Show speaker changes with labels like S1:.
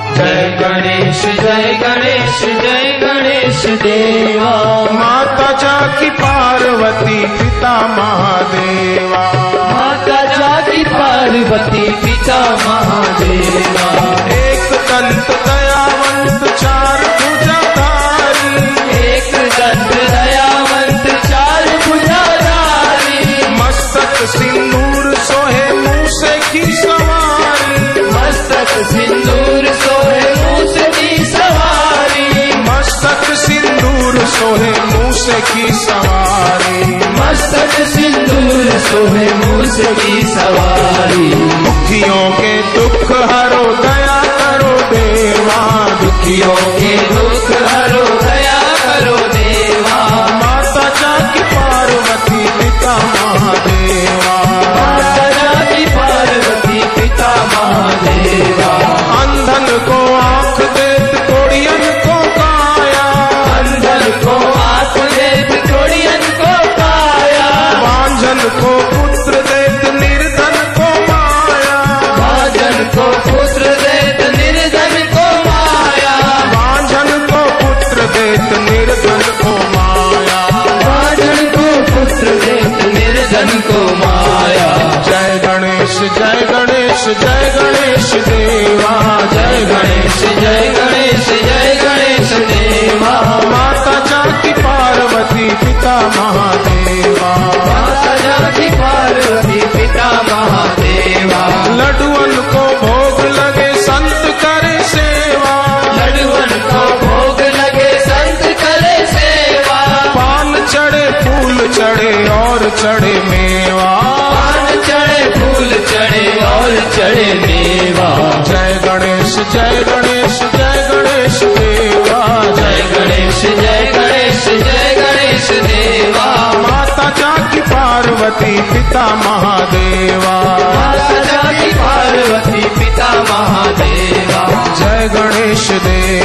S1: जय गणेश जय गणेश जय गणेश देवा
S2: माता जा की पार्वती पिता महादेवा
S1: माता जाति पार्वती पिता महादेवा
S2: एक दंत दयावंत चार भुजाधारी
S1: एक दंत दयावंत चार भुजाधारी
S2: मस्तक सिंदूर सोहे मुँह से की सवारी
S1: मस्तक सिंदूर सोहे मूस की सवारी
S2: मस्तक सिंदूर सोहे मुँह से की सवारी
S1: मस्तक सिंदूर सोहे मूस की सवारी
S2: दुखियों के दुख हरो दया करो देवा दुखियों
S1: ये दुख हरो दया करो देवा
S2: माता जा की पार्वती पिता महादेवा
S1: माता की पार्वती पिता महादेवा
S2: अंधन को आंख देत कोड़ियन को काया
S1: अंधन को आंख देत कोड़ियन को पाया
S2: बांझन को पुत्र देत निर्धन को माया
S1: भाजन को पुत्र देत निर्धन को माया
S2: बांझन को पुत्र देत निर्धन को माया
S1: भाजन को पुत्र देत निर्धन को माया
S2: जय गणेश जय गणेश जय गणेश देवा
S1: जय गणेश जय गणेश जय गणेश देवा
S2: माता जाति पार्वती पिता महादेवा
S1: माता जाति पार्वती पिता महादेवा
S2: लडुअन को भोग लगे संत करे सेवा
S1: लडुअन को भोग लगे संत करे सेवा
S2: पान चढ़े फूल चढ़े और चढ़े मेवा
S1: पान चढ़े फूल चढ़े और चढ़े मेवा
S2: जय गणेश जय गणेश जय गणेश देवा
S1: जय
S2: जय
S1: गणेश जय गणेश जय गणेश देवा
S2: माता जाकी पार्वती पिता महादेवा
S1: माता जाति पार्वती पिता महादेवा
S2: जय गणेश देव